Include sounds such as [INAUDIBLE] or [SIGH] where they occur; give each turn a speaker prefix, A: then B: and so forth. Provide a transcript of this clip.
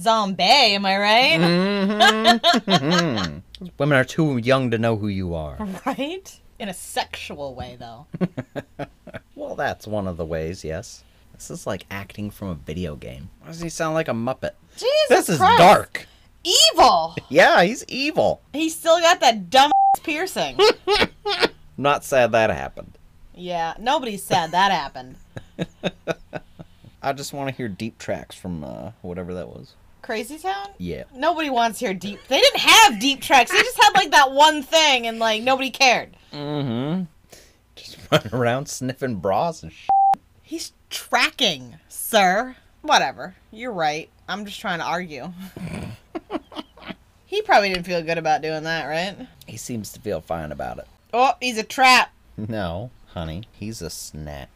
A: zombie. Am I right? [LAUGHS]
B: Mm-hmm. Women are too young to know who you are.
A: Right? In a sexual way, though.
B: Well, that's one of the ways, yes. This is like acting from a video game. Why does he sound like a Muppet?
A: [LAUGHS] Jesus
B: this is
A: Christ.
B: dark.
A: Evil.
B: Yeah, he's evil.
A: He's still got that dumb [LAUGHS]
B: [LAUGHS]
A: piercing.
B: I'm not sad that happened.
A: yeah, nobody's sad that happened.
B: I just want to hear deep tracks from uh, whatever that was.
A: Crazy Town?
B: Yeah.
A: Nobody wants to hear deep. They didn't have deep tracks. They just had like that one thing, and like nobody cared.
B: Mm-hmm. Just [LAUGHS] run around sniffing bras and shit.
A: He's tracking, sir. Whatever. You're right. I'm just trying to
B: [LAUGHS]
A: argue. he probably didn't feel good about doing that, right?
B: He seems to feel fine about it.
A: Oh, he's a trap.
B: No, honey, he's a snack.